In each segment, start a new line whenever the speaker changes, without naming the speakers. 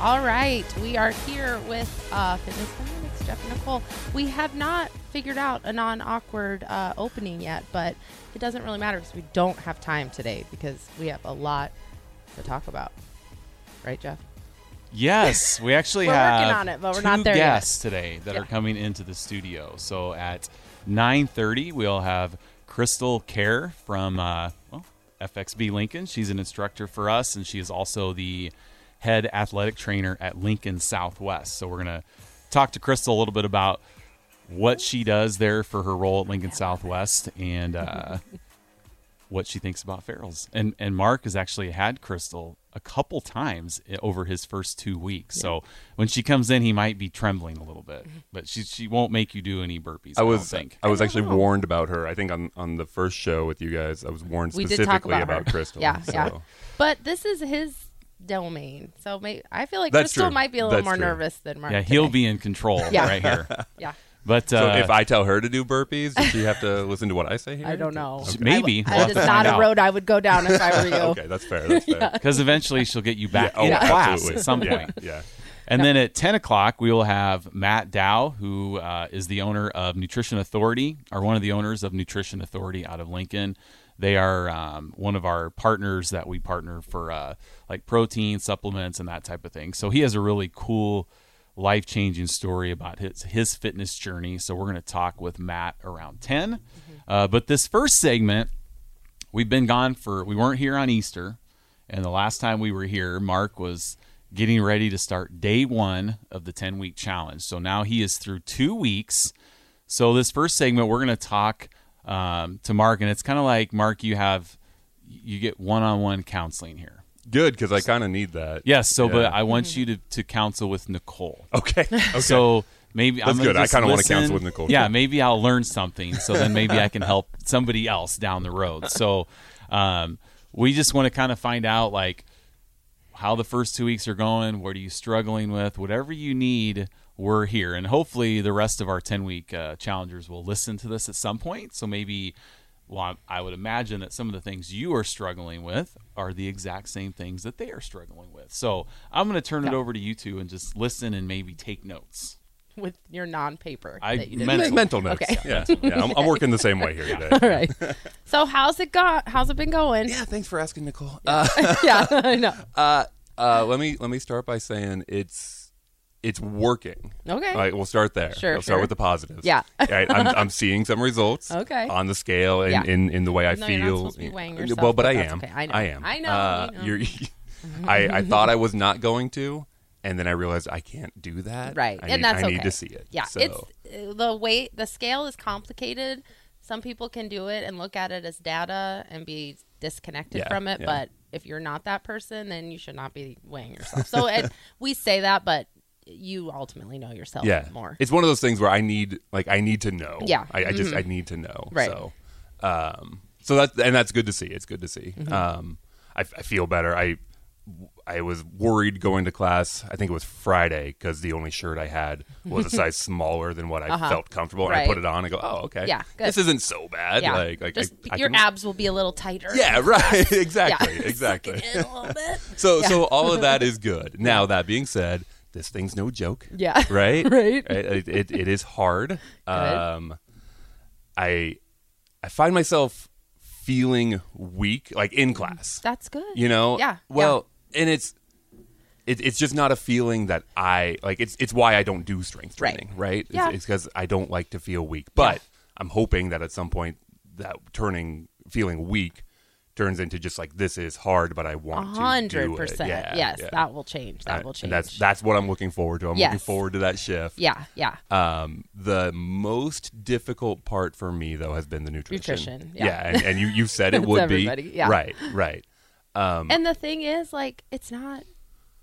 All right, we are here with uh, Fitness Dynamics, Jeff and Nicole. We have not figured out a non-awkward uh, opening yet, but it doesn't really matter because we don't have time today because we have a lot to talk about. Right, Jeff?
Yes, we actually
We're
have
working on it, but we're
two
not there yet.
guests today that
Yeah.
are coming into the studio. So at 9:30, we'll have Crystal Care from uh, well, FXB Lincoln. She's an instructor for us, and she is also the head athletic trainer at Lincoln Southwest. So we're gonna talk to Crystal a little bit about what she does there for her role at Lincoln Southwest and uh, what she thinks about ferals. And and Mark has actually had Crystal a couple times i- over his first two weeks. So when she comes in, he might be trembling a little bit, but she she won't make you do any burpees. I,
I was uh,
don't think.
I was actually
know.
warned about her. I think on on the first show with you guys, I was warned
We did talk
specifically
about, her.
Crystal.
Yeah,
so.
yeah. But this is his domain, so may- I feel like
That's
Crystal
true.
might be a little
That's
more
true.
nervous than Mark.
yeah, he'll
today.
be in control
Yeah.
right here.
Yeah,
But uh,
So if I tell her to do burpees, does she have to listen to what I say here?
I don't know.
Okay. Maybe.
I-
We'll have
it's
to
not
find
a
out.
road I would go down if I were you.
Okay, that's fair. That's fair.
because eventually she'll get you back
Oh,
in class
absolutely.
at some
Yeah,
point.
Yeah.
And then at 10 o'clock, we will have Matt Dow, who uh, is the owner of Nutrition Authority, or one of the owners of Nutrition Authority out of Lincoln. They are um, one of our partners that we partner for uh, like protein supplements and that type of thing. So he has a really cool, life changing story about his, his fitness journey. So we're going to talk with Matt around 10. Uh, but this first segment, we've been gone for we weren't here on Easter, and the last time we were here, Mark was getting ready to start day one of the ten week challenge. So now he is through two weeks. So this first segment, we're going to talk um, to Mark, and it's kind of like Mark, you have you get one on one counseling here.
Good, because I kind of need that.
Yes. So,
Yeah.
but I want you to to counsel with Nicole.
Okay. okay.
So maybe I'm
That's
gonna
good. I
just
kinda wanna
listen.
counsel with Nicole,
Yeah,
too.
maybe I'll learn something. So then maybe I can help somebody else down the road. So um, we just want to kind of find out like how the first two weeks are going. What are you struggling with? Whatever you need, we're here. And hopefully, the rest of our ten week uh, challengers will listen to this at some point. So maybe. Well, I- I would imagine that some of the things you are struggling with are the exact same things that they are struggling with. So I'm going to turn it over to you two and just listen and maybe take notes.
With your non-paper.
I
that you did.
meant-
Mental, mental notes.
Okay.
Yeah, yeah. I'm, I'm working the same way here today.
All right. So how's it got? How's it been going?
Yeah. Thanks for asking, Nicole. Uh,
yeah, I know.
uh, uh, let me let me start by saying it's it's working.
Okay.
All right, we'll start there.
Sure,
We'll
sure.
start with the positives.
Yeah.
All right, I'm, I'm seeing some results.
Okay.
On the scale and
Yeah.
in, in the way I
No,
feel.
you're not supposed to be weighing yourself,
well, but
but
I
that's
am.
okay. I know.
am.
I know,
Uh,
you know.
You're, I I thought I was not going to, and then I realized I can't do that.
right,
I
and
need,
that's
I
okay.
need to see it.
Yeah,
So,
it's uh, the weight. The scale is complicated. Some people can do it and look at it as data and be disconnected
Yeah,
from it.
yeah.
But if you're not that person, then you should not be weighing yourself. So it, we say that, but you ultimately know yourself
yeah.
more.
It's one of those things where I need like I need to know.
Yeah. Mm-hmm.
I, I just I need to know.
Right.
So, um, so that's and that's good to see. It's good to see.
Mm-hmm.
Um, I, I feel better. I I was worried going to class. I think it was Friday because the only shirt I had was a size smaller than what I felt comfortable. And I
Uh-huh. Right.
put it on. and go, oh okay.
Yeah, good.
This isn't so bad.
yeah,
Like like I-
just
I
your
can-
abs will be a little tighter.
Yeah. Right. exactly.
Yeah.
Exactly.
in a little bit.
So so all of that is good. Now that being said, this thing's no joke.
Yeah.
Right. Uh,
Right.
It, it, it is hard. Um, I I find myself feeling weak, like in class.
That's good.
You know.
Yeah,
Well, and it's. It, it's just not a feeling that I like. It's it's why I don't do strength
Right.
training, right?
Yeah.
It's because I don't like to feel weak. But I'm hoping that at some point that turning feeling weak turns into just like this is hard, but I want to do
hundred
it.
percent.
Yeah,
Yes,
yeah.
that will change. That
Uh,
will change.
and that's that's what I'm looking forward to. I'm looking
Yes.
forward to that shift.
yeah, yeah.
Um, the most difficult part for me though has been the nutrition.
Nutrition, yeah.
and, and you you said it
That's
would
everybody,
be
yeah.
right, right.
and the thing is, like, it's not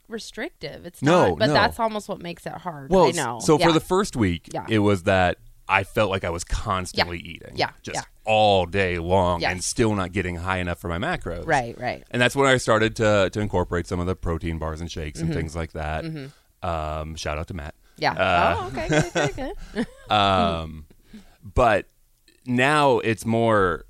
restrictive. It's
No,
not. But
no.
that's almost what makes it hard. I
Well,
know.
so
Yeah.
for the first week,
Yeah.
it was that I felt like I was constantly eating,
Yeah,
just
yeah.
all day long,
Yeah.
and still not getting high enough for my macros,
right, right,
and that's when I started to to incorporate some of the protein bars and shakes
Mm-hmm.
and things like that. Um, shout out to Matt.
yeah.
Uh,
oh, okay, good, good, good.
Um, but now it's more.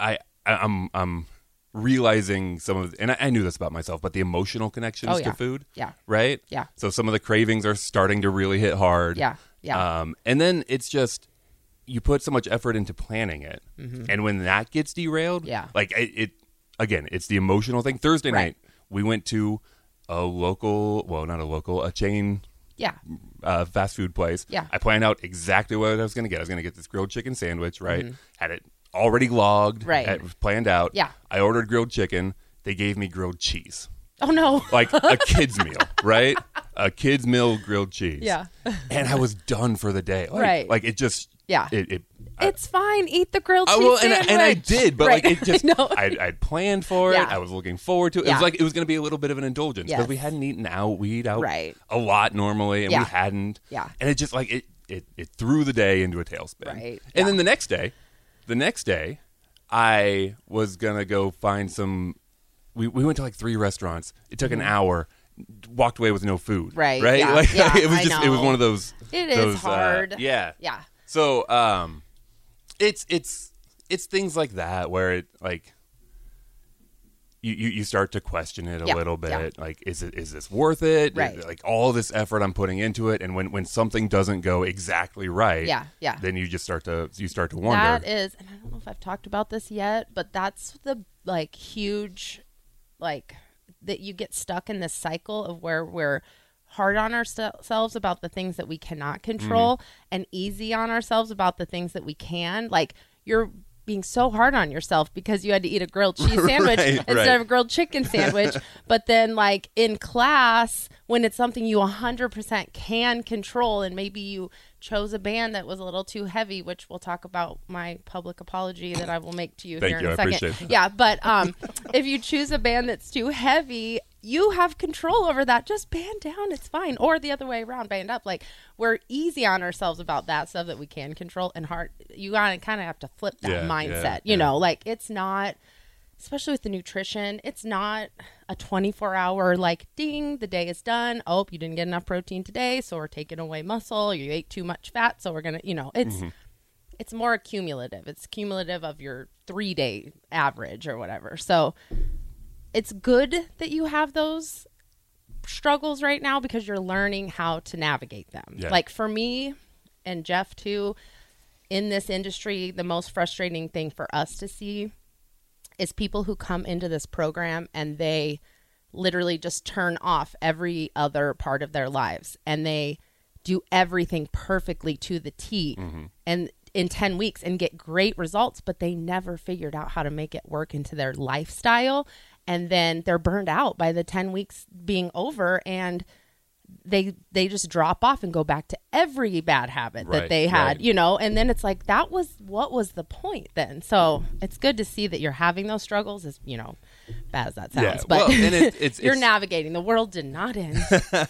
I I- I'm I'm realizing some of, and I, I knew this about myself, but the emotional connections
Oh, yeah.
to food,
Yeah.
right?
Yeah.
So some of the cravings are starting to really hit hard.
Yeah, yeah.
Um, and then it's just you put so much effort into planning it, and when that gets derailed,
Mm-hmm. Yeah.
like it, it again, it's the emotional thing. Thursday
Right.
night, we went to a local, well, not a local, a chain
Yeah.
uh, fast food place.
Yeah.
I planned out exactly what I was going to get. I was going to get this grilled chicken sandwich, right? Had it already logged,
Mm-hmm. Right.
had it planned out.
Yeah.
I ordered grilled chicken. They gave me grilled cheese,
Oh no.
like a kid's meal, right? A kid's meal grilled cheese.
Yeah.
And I was done for the day. Like,
Right.
Like it just,
Yeah.
it, it I-
It's fine. Eat the grilled
I
cheese
will, and, I-
sandwich.
and I did, but
Right.
like it just,
I know.
I, I'd planned for it.
Yeah.
I was looking forward to it. It
Yeah.
was like it was going to be a little bit of an indulgence because
Yes.
we hadn't eaten out. We eat out
Right.
a lot normally, and
Yeah.
we hadn't.
Yeah.
and it just like it, it, it threw the day into a tailspin.
Right.
and then the next day, the next day, I was gonna go find some. We we went to like three restaurants. It took an hour. Walked away with no food.
Mm-hmm. Right,
Right.
yeah,
Like,
yeah,
it was
I
just. It was
know.
one of those.
It
It
is
is
hard.
yeah.
yeah.
So um, it's it's it's things like that where it like you you, you start to question it a
Yeah,
little bit.
yeah.
Like, is it is this worth it?
Right.
Like all this effort I'm putting into it, and when when something doesn't go exactly right,
Yeah, yeah.
then you just start to you start to wonder.
That is, and I don't know if I've talked about this yet, but that's the like huge, like that you get stuck in this cycle of where we're hard on ourselves about the things that we cannot
Mm-hmm.
control and easy on ourselves about the things that we can. Like you're being so hard on yourself because you had to eat a grilled cheese sandwich
Right,
instead
right.
of a grilled chicken sandwich. but then like in class when it's something you 100% can control and maybe you chose a band that was a little too heavy which we'll talk about my public apology that I will make to you
Thank
here
you,
in a
I
second.
appreciate that.
Yeah, but um if you choose a band that's too heavy you have control over that. Just band down. It's fine. Or the other way around, band up. Like we're easy on ourselves about that stuff that we can control and hard. You gotta kind of have to flip that
Yeah, yeah,
mindset. you
yeah.
know, like it's not especially with the nutrition, it's not a 24 hour like ding, the day is done. Oh, you didn't get enough protein today, so we're taking away muscle. You ate too much fat, so we're going to, you know, it's
Mm-hmm.
it's more cumulative. It's cumulative of your 3-day average or whatever. So it's good that you have those struggles right now because you're learning how to navigate them.
Yeah.
Like for me and Jeff too, in this industry, the most frustrating thing for us to see is people who come into this program and they literally just turn off every other part of their lives and they do everything perfectly to the T and in 10 weeks and get great results but they never figured out how to make it work into their lifestyle and then they're burned out by the 10 weeks being over and they they just drop off and go back to every bad habit that
Right,
they had
right.
you know and then it's like that was what was the point then so it's good to see that you're having those struggles as you know bad as that sounds
Yeah,
but
well, and it- it's-
you're
it's-
navigating the world did not end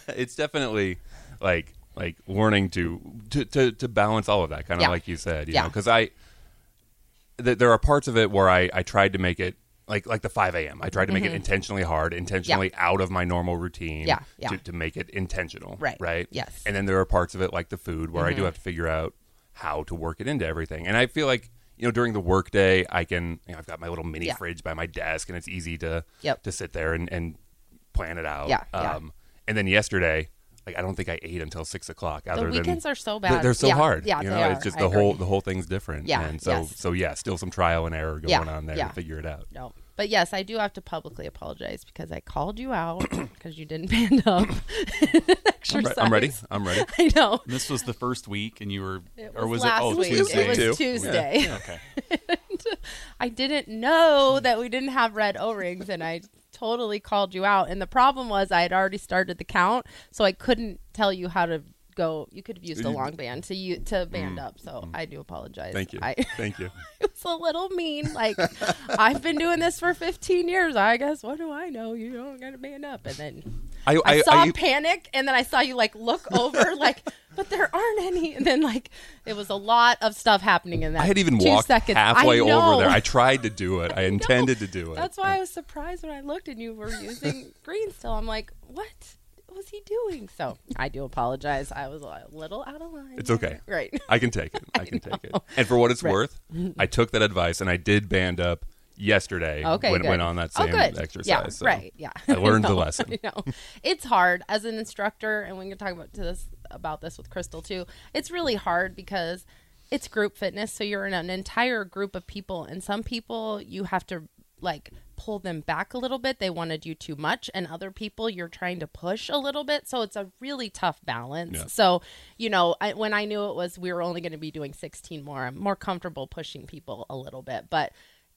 it's definitely like like learning to to to, to balance all of that kind of
Yeah.
like you said you
Yeah.
know because i th- there are parts of it where i i tried to make it like like the 5 a.m i tried to make it intentionally hard intentionally out of my normal routine
Mm-hmm. Yeah, yeah.
To, to make it intentional
Right,
right
yes. Mm-hmm.
and then there are parts of it like the food where i do have to figure out how to work it into everything and i feel like you know during the workday i can you know, i've got my little mini
Yeah.
fridge by my desk and it's easy to
Yep.
to sit there and and plan it out
Yeah, yeah.
Oh, um, and then yesterday, like I don't think I ate until six o'clock. Other
weekends
than,
are so
Th-
bad.
They're so
Yeah,
hard.
yeah,
you
they
know,
are.
it's just
I
the whole
agree.
the whole thing's different.
Yeah,
and so
yes.
so yeah, still some trial and error going
Yeah,
on there
yeah.
to figure it out.
no but yes i do have to publicly apologize because i called you out because you didn't band up
I'm, re- I'm ready. I'm ready.
i know
And this was the first week, and you were,
it was
or was
last
it? Oh,
week
Tuesday.
it was
Two.
tuesday
Okay.
I didn't
Hmm.
know that we didn't have red O rings, and I totally called you out. And the problem was I had already started the count, so I couldn't tell you how to go. You could have used a long band to you to band up. So I do apologize.
Hmm. Thank you.
I,
Thank you.
it was a little mean. Like I've been doing this for 15 years. I guess what do I know? You don't got to band up. And then
I,
I,
I-
saw
I-
panic, and then I saw you like look over, like, but there aren't any. And then like it was a lot of stuff happening in that.
I had even
two
walked
seconds. I
halfway over
know.
there. I tried to do it. I, intended to do it.
That's why I was surprised when I looked and you were using green still. I'm like, what was he doing? So I do apologize. I was a little out of line.
It's
there.
okay.
Right.
I can take it. I, can take it. And for what it's worth, I took that advice and I did band up yesterday
Okay,
when,
good.
went on that
Oh,
same
good.
exercise.
Yeah,
so
right. Yeah,
I learned the
No,
lesson.
You know, it's hard as an instructor, and we can talk about to this about this with Crystal too. It's really hard because it's group fitness, so you're in an entire group of people, and some people you have to like pull them back a little bit. They wanted you too much, and other people you're trying to push a little bit. So it's a really tough balance.
Yeah.
So you know, I, when I knew it was we were only going to be doing 16 more, I'm more comfortable pushing people a little bit, but.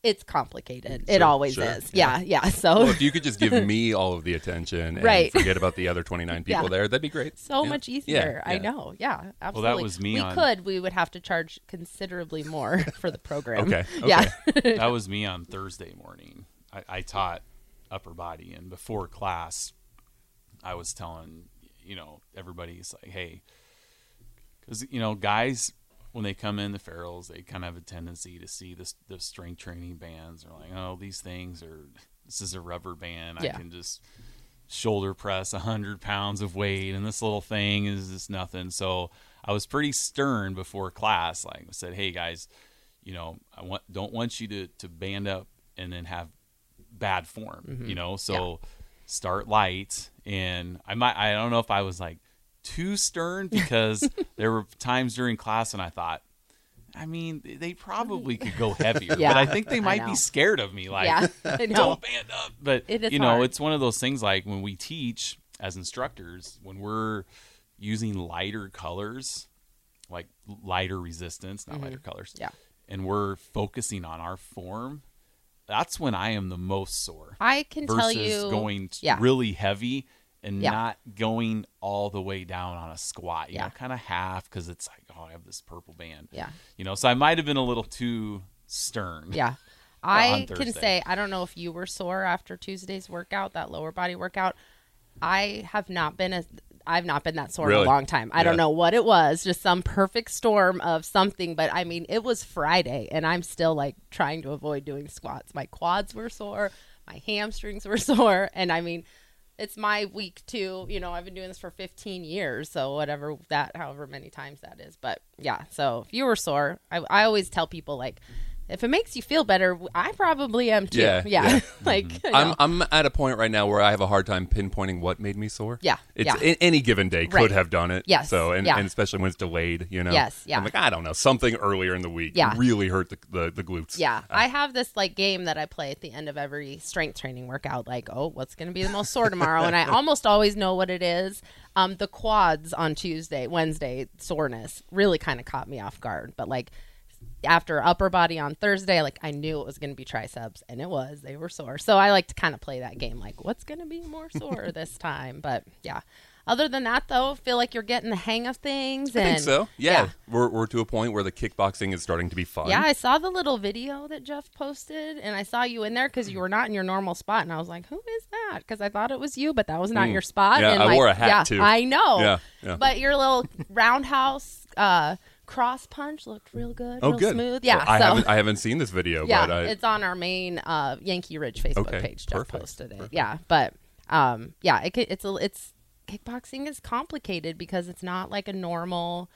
It's complicated. it
Sure,
always
sure.
is. Yeah, yeah. So
Well, if you could just give me all of the attention and
Right.
forget about the other 29 people
Yeah.
there, that'd be great.
so
Yeah.
much
Yeah,
easier. I
yeah.
know. Yeah, absolutely.
was me
We
on-
could. We would have to charge considerably more for the program.
Okay,
Yeah.
that was me on Thursday morning. I, I taught upper body, and before class, I was telling you know everybody's like, hey, because you know guys when they come in the ferals, they kind of have a tendency to see this the strength training bands. They're like, oh, these things are this is a rubber band.
Yeah.
I can just shoulder press 100 pounds of weight and this little thing is just nothing so i was pretty stern before class like i said hey guys you know i want don't want you to to band up and then have bad form
Mm-hmm.
you know so start light and i might i don't know if i was like too stern because there were times during class and i thought i mean they probably could go heavier
Yeah,
but i think they
I
might
know.
be scared of me like
yeah. I know.
don't band up. But
It is
you know,
hard.
it's one of those things like when we teach as instructors, when we're using lighter colors, like lighter resistance, not lighter colors,
Mm-hmm. Yeah.
and we're focusing on our form, that's when I am the most sore.
I can tell
versus
you.
going
yeah.
really heavy and
Yeah.
not going all the way down on a squat, you
Yeah.
know, kind of half because it's like, oh, I have this purple band,
yeah.
you know. So I might have been a little too stern.
Yeah. I can
Thursday.
say I don't know if you were sore after Tuesday's workout, that lower body workout. I have not been as I've not been that sore in
Really?
a long time. I
Yeah.
don't know what it was, just some perfect storm of something, but I mean, it was Friday and I'm still like trying to avoid doing squats. My quads were sore, my hamstrings were sore, and I mean, it's my week too. You know, I've been doing this for 15 years, so whatever that, however many times that is. But yeah, so if you were sore, I, I always tell people like, if it makes you feel better, I probably am too. Yeah,
Yeah, yeah. Mm-hmm.
like you
I'm
know.
I'm at a point right now where I have a hard time pinpointing what made me sore.
Yeah,
it's
yeah.
a- any given day
Right.
could have done it.
Yes,
So and,
yeah.
and especially when it's delayed, you know.
Yes, yeah.
I'm like I don't know something earlier in the week.
Yeah.
really hurt the the, the glutes.
Yeah, I have this like game that I play at the end of every strength training workout. Like, oh, what's going to be the most sore tomorrow? And I almost always know what it is. Um, the quads on Tuesday, Wednesday soreness really kind of caught me off guard. But like after upper body on Thursday, like I knew it was going to be triceps, and it was. They were sore, so I like to kind of play that game. Like, what's going to be more sore this time? But yeah. Other than that, though, feel like you're getting the hang of things.
I
and
think so. Yeah, We're, we're to a point where the kickboxing is starting to be fun.
yeah, I saw the little video that Jeff posted, and I saw you in there because you were not in your normal spot, and I was like, "Who is that?" Because I thought it was you, but that was not your spot.
Mm. Yeah,
and
I
like,
wore a hat,
yeah,
too.
I know.
Yeah, yeah.
But your little roundhouse uh, cross punch looked real good.
Oh,
real
good.
Smooth. Yeah.
Well, I
so
haven't I haven't seen this video,
yeah,
but I,
it's on our main uh, Yankee Ridge Facebook
Okay,
page. Jeff
perfect,
posted it.
perfect.
Yeah, but um, yeah, it, ca- it's a, it's kickboxing is complicated because it's not like a normal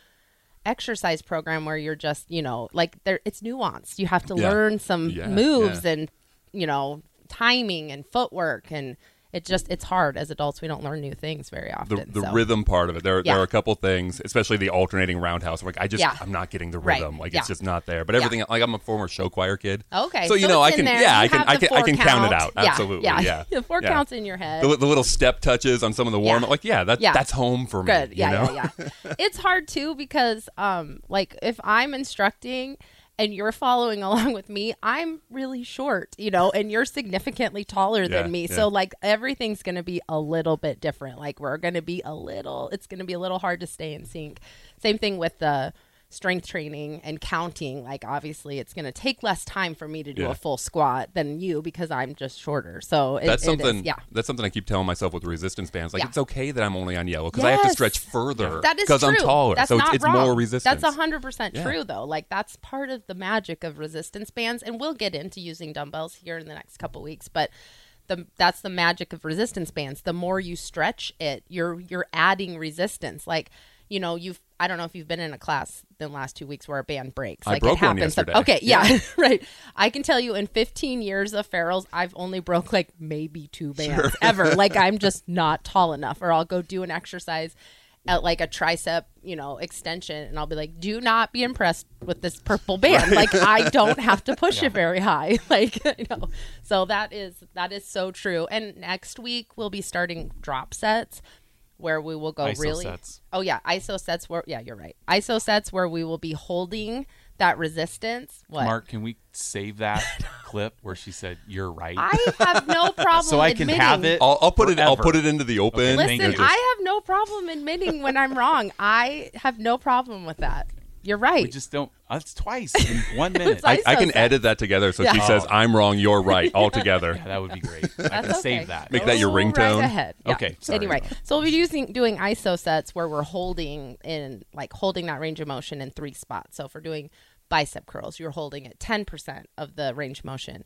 exercise program where you're just you know like there it's nuanced. You have to
Yeah.
learn some
Yeah,
moves
yeah.
and you know timing and footwork and it just it's hard as adults. We don't learn new things very often.
the, the
so.
rhythm part of it. There,
Yeah.
there are a couple things, especially the alternating roundhouse. I'm like, I just,
Yeah.
I'm not getting the
Right.
rhythm. Like,
Yeah.
it's just not there. But everything, like, I'm a former show choir kid.
Okay,
so you know,
it's
I
in
can,
there.
yeah,
You
I can,
have
I
the
can, I
four
can count it
count.
out.
Yeah,
Absolutely,
yeah.
yeah.
The four
Yeah.
counts in your head.
The, li- the little step touches on some of the warm,
Yeah.
up like, yeah, that,
Yeah.
that's home for me.
good yeah
you know?
yeah yeah it's hard too because um like if i'm instructing and you're following along with me i'm really short you know and you're significantly taller
Yeah,
than me
yeah.
so like everything's gonna be a little bit different like we're gonna be a little it's gonna be a little hard to stay in sync same thing with the strength training and counting like obviously it's going to take less time for me to do
Yeah.
a full squat than you because i'm just shorter so it,
That's
it is-
something.
yeah
That's something I keep telling myself with resistance bands. Like
Yeah.
it's okay that I'm only on yellow because I have to
Yes.
stretch further.
That is
because I'm
true.
taller,
That's
so it's,
not
it's
wrong.
more resistance.
That's hundred percent
Yeah.
true, though. Like that's part of the magic of resistance bands, and we'll get into using dumbbells here in the next couple weeks. But the that's the magic of resistance bands. The more you stretch it, you're you're adding resistance. Like you know, you've I don't know if you've been in a class in the last two weeks where a band breaks.
I
Like
broke
it
one
happens.
yesterday.
okay, yeah, right. I can tell you in 15 years of ferals, I've only broke like maybe two bands ever. Like I'm just not tall enough, or I'll go do an exercise at like a tricep, you know, extension, and I'll be like, "Do not be impressed with this purple band. Like I don't have to push it very high. Like you know." So that is that is so true. And next week we'll be starting drop sets. Where we will go
ISO
really
sets.
Oh yeah, ISO sets where yeah, you're right. ISO sets where we will be holding that resistance. What?
Mark, can we save that clip where she said you're right?
I have no problem
so I can
admitting.
have it.
I'll, I'll put it. I'll
Forever.
put it into the open.
Okay, thank
Listen,
you.
I have no problem admitting when I'm wrong. I have no problem with that. You're right.
we just don't. That's twice in one minute.
like-
I, I
so
can
sad.
edit that together so she
Yeah.
says I'm wrong, you're right, all together.
yeah, that would be great. I
That's
can
okay.
save that.
Make that your
Go right
ringtone.
ahead. Yeah.
Okay, sorry.
Anyway, so we'll be using doing ISO sets where we're holding in like holding that range of motion in three spots. So if we're doing bicep curls, you're holding at ten percent of the range of motion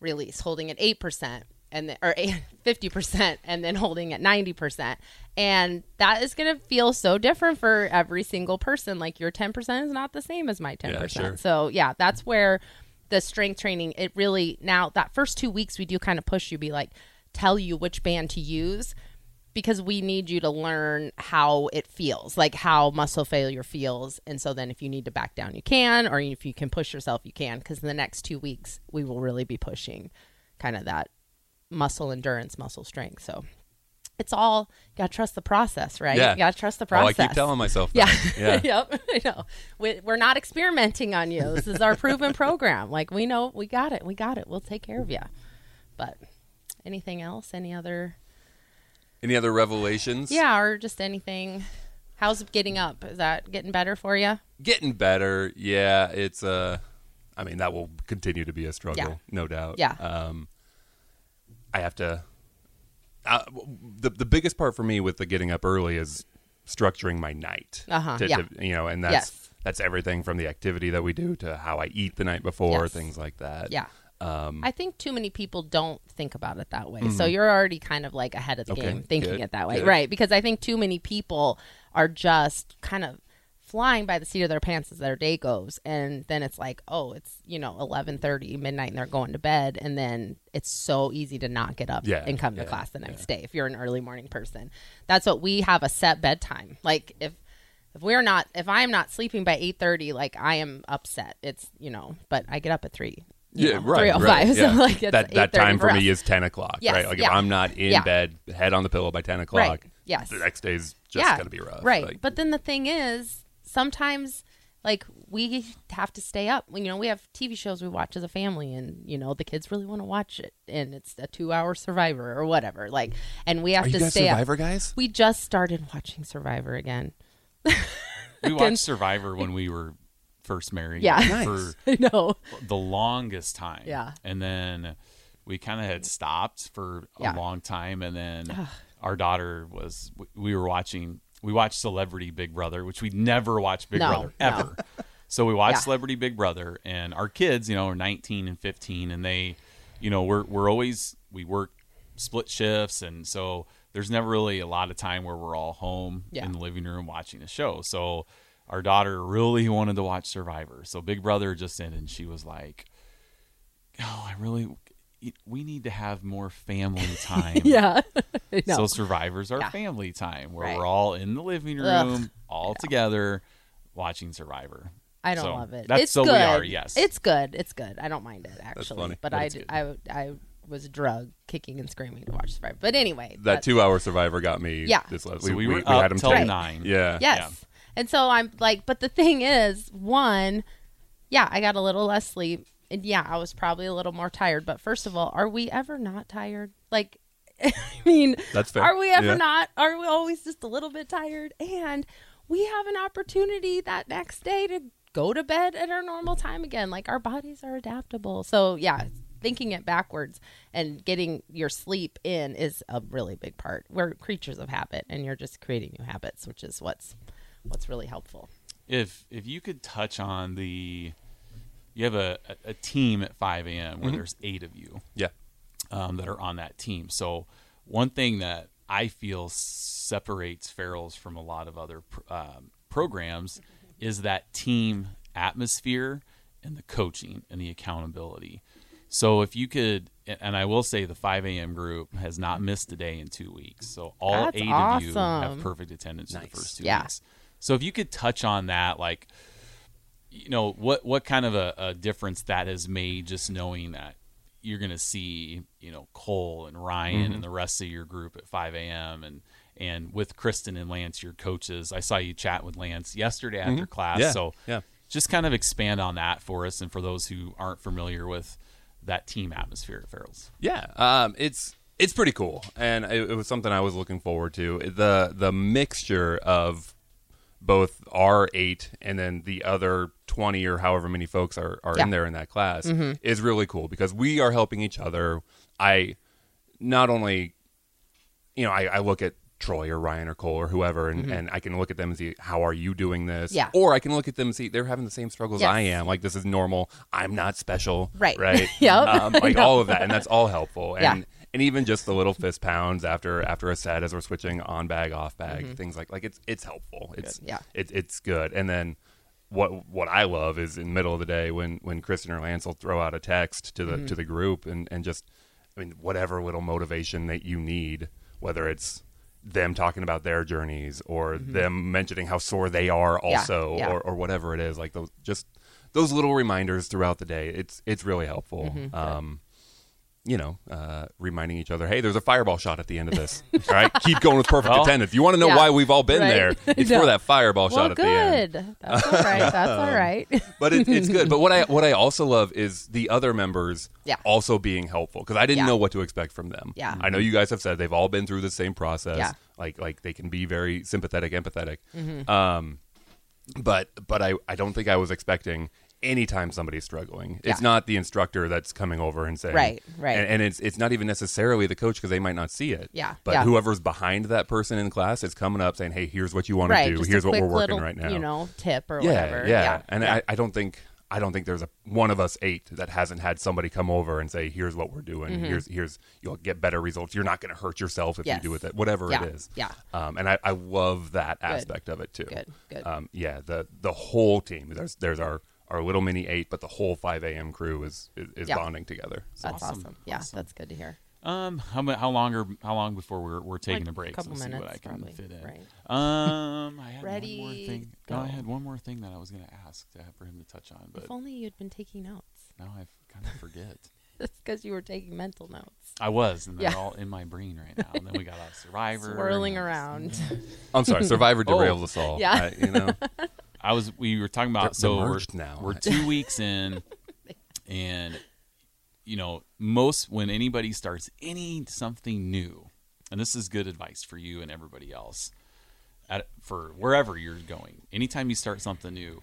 release, holding at eight percent and then, or fifty percent, and then holding at ninety percent. And that is going to feel so different for every single person. Like your ten percent is not the same as my ten percent.
sure.
So yeah, that's where the strength training it really now that first two weeks we do kind of push you be like tell you which band to use because we need you to learn how it feels like how muscle failure feels and so then if you need to back down you can or if you can push yourself you can because in the next two weeks we will really be pushing kind of that muscle endurance muscle strength so it's all you gotta trust the process right
Yeah.
you gotta trust the
Oh, I
process
keep telling myself.
yeah.
That. Yeah.
yep. I know. We, we're not experimenting on you. This is our proven program. Like we know we got it. We got it. We'll take care of you. But anything else? Any other?
Any other revelations?
Yeah, or just anything? How's getting up? Is that getting better for you?
Getting better. Yeah. It's uh I mean, that will continue to be a struggle,
Yeah.
no doubt.
Yeah.
Um I have to uh, the the biggest part for me with the getting up early is structuring my night.
Uh-huh,
To-
yeah.
to- you know, and that's
Yes.
that's everything from the activity that we do to how I eat the night before,
Yes.
things like that. Um,
Yeah. I think too many people don't think about it that way. So you're already kind of like ahead of the
Mm-hmm. Okay,
game thinking
good,
it that way.
good.
Right. Because I think too many people are just kind of flying by the seat of their pants as their day goes and then it's like oh it's you know 11:30 midnight and they're going to bed and then it's so easy to not get up
Yeah,
and come
yeah,
to class the next day if you're an early morning person that's what we have a set bedtime like if if we're not if i'm not sleeping by 8:30 like i am upset it's you know but i get up at 3 you
Yeah,
know,
right.
3:05,
right,
so
yeah.
like it's
that that
8:30
time for,
for
me
us.
is ten o'clock,
Yes,
right? Like if
yeah.
I'm not in
Yeah.
bed, head on the pillow by ten o'clock,
Yes.
the next day's just
yeah,
gonna be rough.
Right.
Like,
but then the thing is, sometimes like we have to stay up. You know, we have TV shows we watch as a family and you know, the kids really want to watch it and it's a 2-hour survivor or whatever. Like and we have
are you
to
guys
stay
Survivor
up.
guys?
We just started watching Survivor again.
We watched Survivor when we were first married.
Yeah.
For
I know.
the longest time.
Yeah.
And then we kind of had stopped for a
Yeah.
long time. And then our daughter was, we- we were watching, we watched Celebrity Big Brother, which we never watched Big
No,
Brother
no.
ever. So we watched
Yeah.
Celebrity Big Brother, and our kids, you know, are 19 and 15, and they, you know, we're, we're always, we work split shifts. And so there's never really a lot of time where we're all home
Yeah.
in the living room watching the show. So our daughter really wanted to watch Survivor. So Big Brother just ended, and she was like, oh, I really, we need to have more family time.
Yeah. I know.
So Survivor's our
Yeah.
family time where
Right.
we're all in the living room,
Ugh.
all together, watching Survivor.
I don't
So
love it.
That's
it's
so
good.
we are. Yes,
It's good. It's good. I don't mind it actually.
funny.
But
But
I,
it's
d-
good.
I, I was drugged, kicking and screaming to watch Survivor. But anyway,
That two-hour Survivor got me.
Yeah.
this last,
So we were
had
up
him
till
taped.
nine.
Yeah,
Yes.
Yeah.
And so I'm like, but the thing is, one, yeah, I got a little less sleep. And yeah, I was probably a little more tired. But first of all, are we ever not tired? Like, I mean,
That's fair.
are we ever
Yeah.
not? Are we always just a little bit tired? And we have an opportunity that next day to go to bed at our normal time again. Like, our bodies are adaptable. So, yeah, thinking it backwards and getting your sleep in is a really big part. We're creatures of habit, and you're just creating new habits, which is what's what's really helpful.
if if you could touch on the, you have a a- a team at five a.m. where there's eight of you.
yeah.
um, that are on that team. So one thing that I feel separates Ferrell's from a lot of other pr- um, programs is that team atmosphere and the coaching and the accountability. So if you could, a- and I will say the 5 a.m. group has not missed a day in two weeks. So all
That's
eight of you have
awesome.
perfect attendance in the first two
Yeah.
weeks. So if you could touch on that, like, you know, what, what kind of a, a difference that has made just knowing that you're going to see, you know, Cole and Ryan
Mm-hmm.
and the rest of your group at 5 a.m. and, and with Kristen and Lance, your coaches, I saw you chat with Lance yesterday after class.
Mm-hmm. Yeah,
So
yeah.
just kind of expand on that for us and for those who aren't familiar with that team atmosphere at Farrell's.
Yeah, um, it's it's pretty cool, and it, it was something I was looking forward to. the The mixture of both our eight and then the other twenty or however many folks are are
Yeah. Mm-hmm.
in there in that class is really cool because we are helping each other. I not only you know, I, I look at Troy or Ryan or Cole or whoever, and, and I can look at them and see how are you doing this,
Mm-hmm. Yeah.
Or I can look at them and see they're having the same struggles
Yes.
I am. Like this is normal. I'm not special,
Right.
Right.
Yep.
Um, like all of that, and that's all helpful. And
Yeah.
and even just the little fist pounds after after a set as we're switching on bag off bag things like like it's it's helpful. It's
Mm-hmm. Yeah.
It, it's good. And then. What what I love is in the middle of the day when when Kristen or Lance will throw out a text to the
Mm-hmm.
to the group and and just I mean, whatever little motivation that you need, whether it's them talking about their journeys or
Mm-hmm.
them mentioning how sore they are also
yeah.
Or, or whatever it is like those just those little reminders throughout the day it's it's really helpful
Mm-hmm,
um you know uh reminding each other hey there's a fireball shot at the end of this all right keep going with perfect
Well,
attendance you want to know
yeah,
why we've all been
right.
there it's
No.
for that fireball shot
well,
at the end
good. That's all right. That's all right.
but it, it's good. But what I what I also love is the other members
Yeah.
also being helpful because I didn't
Yeah.
know what to expect from them.
Yeah.
I know you guys have said they've all been through the same process.
Yeah. Mm-hmm.
like like they can be very sympathetic, empathetic. Um, but but I I don't think I was expecting. Anytime somebody's struggling, it's
Yeah.
not the instructor that's coming over and saying,
Right, right.
and, and it's it's not even necessarily the coach because they might not see it,
Yeah,
But
yeah.
whoever's behind that person in class is coming up saying, "Hey, here's what you want
right.
to do.
just a
Here's what we're
quick
working
little,
right now."
You know, tip or
yeah,
whatever.
Yeah, and I, I don't think I don't think there's a one of us eight that hasn't had somebody come over and say, "Here's what we're doing. Here's here's you'll get better results. You're not going to hurt yourself if
Yes.
you do it. That whatever
Yeah,
it is.
yeah.
Um, and I, I love that aspect of it too.
good, good.
Um, yeah. The the whole team. There's there's our our little mini eight, but the whole 5 a.m. crew is is, is
Yeah.
bonding together. So
That's awesome.
Awesome,
Yeah, that's good to hear.
Um, how mu- how long are how long before we're we're taking
Like
a break?
a couple
Let's see what
minutes,
I can
probably,
fit in.
right?
Um, I had one more
Ready,
thing. No, I
go.
had one more thing that I was going to ask to have for him to touch on, but
If only you'd been taking notes.
now I kind of forget.
That's because you were taking mental notes,
I was, and they're
Yeah.
all in my brain right now. And then we got off Survivor,
swirling
and-
around.
I'm sorry, Survivor
Oh.
derailed us all.
Yeah.
I- you know,
I was. We were talking
They're-
about
they're
so we're,
merged now.
We're two weeks in, and you know, most when anybody starts any something new, and this is good advice for you and everybody else, at, for wherever you're going. Anytime you start something new,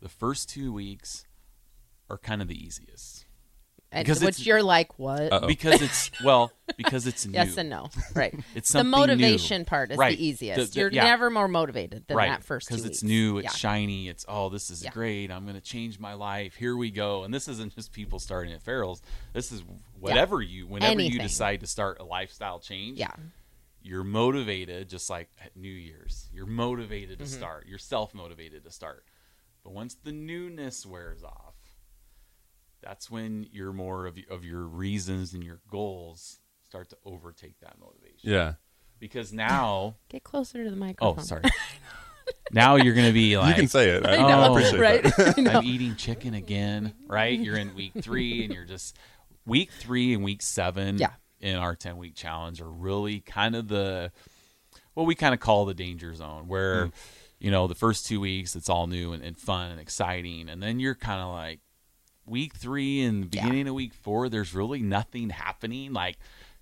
the first two weeks are kind of the easiest
And
Because
which
it's- Uh,
you're like, what?
Uh-oh.
because it's well because it's new.
yes and no. Right.
It's
the
something new.
motivation part is
Right.
the easiest.
The- the-
you're
yeah.
never more motivated than that first two
because it's
weeks.
new it's
Yeah.
shiny it's oh this is
Yeah.
great i'm going to change my life here we go and this isn't just people starting at Farrell's this is whatever you whenever you
Anything.
decide to start a lifestyle change
Yeah.
you're motivated just like at new year's you're motivated
Mm-hmm.
to start you're self-motivated to start but once the newness wears off that's when your more of, y- of your reasons and your goals start to overtake that motivation
yeah.
because now
Get closer to the
oh
microphone.
sorry Oh, now you're going to be like
you can say it. I,
know,
I appreciate
right?
that.
I know.
I'm eating chicken again, right? You're in week three and you're just week three and week seven
Yeah.
in our 10 week challenge are really kind of the what we kind of call the danger zone
Mm.
where, you know, the first two weeks it's all new and, and fun and exciting. And then you're kind of like week three and the
Yeah.
beginning of week four, there's really nothing happening. Like,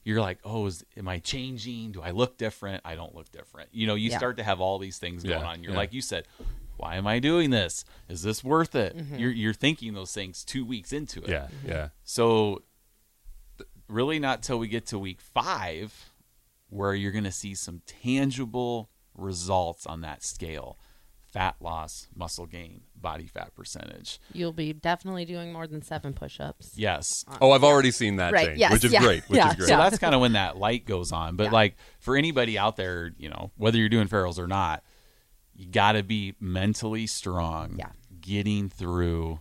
you're like, oh, is, am I changing? Do I look different? I don't look different. You know, you
Yeah.
start to have all these things going
Yeah,
on. You're
yeah.
like, you said, why am I doing this? Is this worth it? You're, you're thinking those things two weeks into it.
Yeah, yeah.
So, th- really, not till we get to week five where you're going to see some tangible results on that scale. fat loss, muscle gain, body fat percentage.
You'll be definitely doing more than seven push-ups.
Yes.
Oh, I've already seen that
Right,
change,
yes,
which is
yeah,
great. Which
yeah,
is great.
So
yeah.
that's kind of when that light goes on. But
Yeah.
like for anybody out there, you know, whether you're doing ferals or not, you got to be mentally strong.
Yeah.
Getting through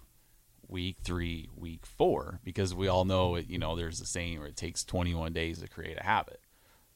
week three, week four, because we all know it. You know, there's a saying where it takes 21 days to create a habit.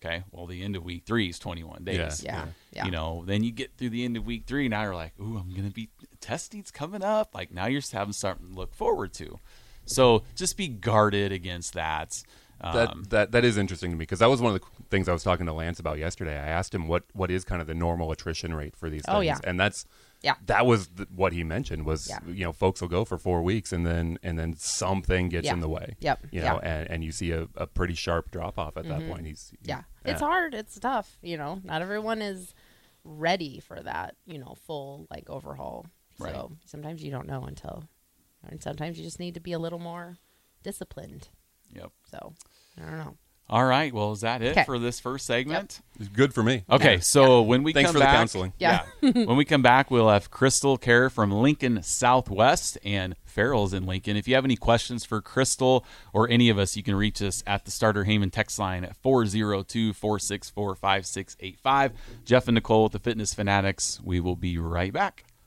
Okay. Well, the end of week three is 21 days.
Yeah,
Yeah.
yeah.
You know, then you get through the end of week three. Now you're like, ooh, I'm going to be testing's coming up. Like now you're having something to look forward to. So just be guarded against that.
that,
Um,
that that is interesting to me because that was one of the things I was talking to Lance about yesterday. I asked him what what is kind of the normal attrition rate for these
Oh,
things,
yeah.
and that's
Yeah.
that was th- what he mentioned was
Yeah.
you know folks will go for four weeks and then and then something gets
Yeah.
in the way.
Yep.
You
Yeah. Mm-hmm.
know, and, and you see a, a pretty sharp drop off at that point. He's
Yeah. It's hard. It's tough. You know, not everyone is ready for that, you know, full like overhaul.
Right.
So sometimes you don't know until, and sometimes you just need to be a little more disciplined.
yep.
So I don't know.
All right. Well, is that it
Okay.
for this first segment?
It's good for me.
Okay. So when we
Thanks
come
for
back,
the counseling.
Yeah.
when we come back, we'll have Crystal Care from Lincoln Southwest and Farrell's in Lincoln. If you have any questions for Crystal or any of us, you can reach us at the Starter Heyman text line at 402 464 5685. Jeff and Nicole with the Fitness Fanatics. We will be right back.